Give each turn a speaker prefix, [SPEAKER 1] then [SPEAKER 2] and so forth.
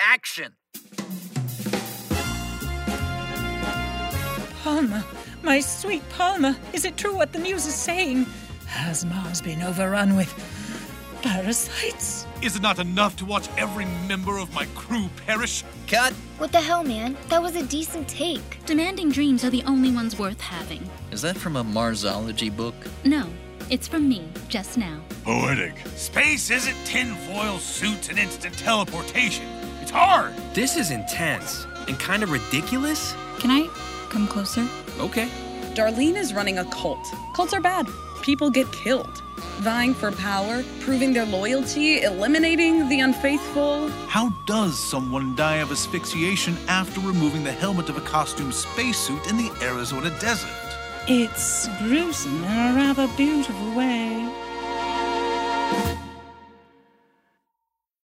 [SPEAKER 1] action.
[SPEAKER 2] Palma, my sweet Palma, is it true what the news is saying? Has Mars been overrun with parasites?
[SPEAKER 3] Is it not enough to watch every member of my crew perish?
[SPEAKER 1] Cut.
[SPEAKER 4] What the hell, man? That was a decent take.
[SPEAKER 5] Demanding dreams are the only ones worth having.
[SPEAKER 6] Is that from a Marsology book?
[SPEAKER 5] No, it's from me, just now.
[SPEAKER 3] Poetic. Space isn't tinfoil suits and instant teleportation. It's hard.
[SPEAKER 7] This is intense and kind of ridiculous.
[SPEAKER 8] Can I come closer?
[SPEAKER 7] Okay.
[SPEAKER 9] Darlene is running a cult. Cults are bad. People get killed. Vying for power, proving their loyalty, eliminating the unfaithful.
[SPEAKER 3] How does someone die of asphyxiation after removing the helmet of a costume spacesuit in the Arizona desert?
[SPEAKER 2] It's gruesome in a rather beautiful way.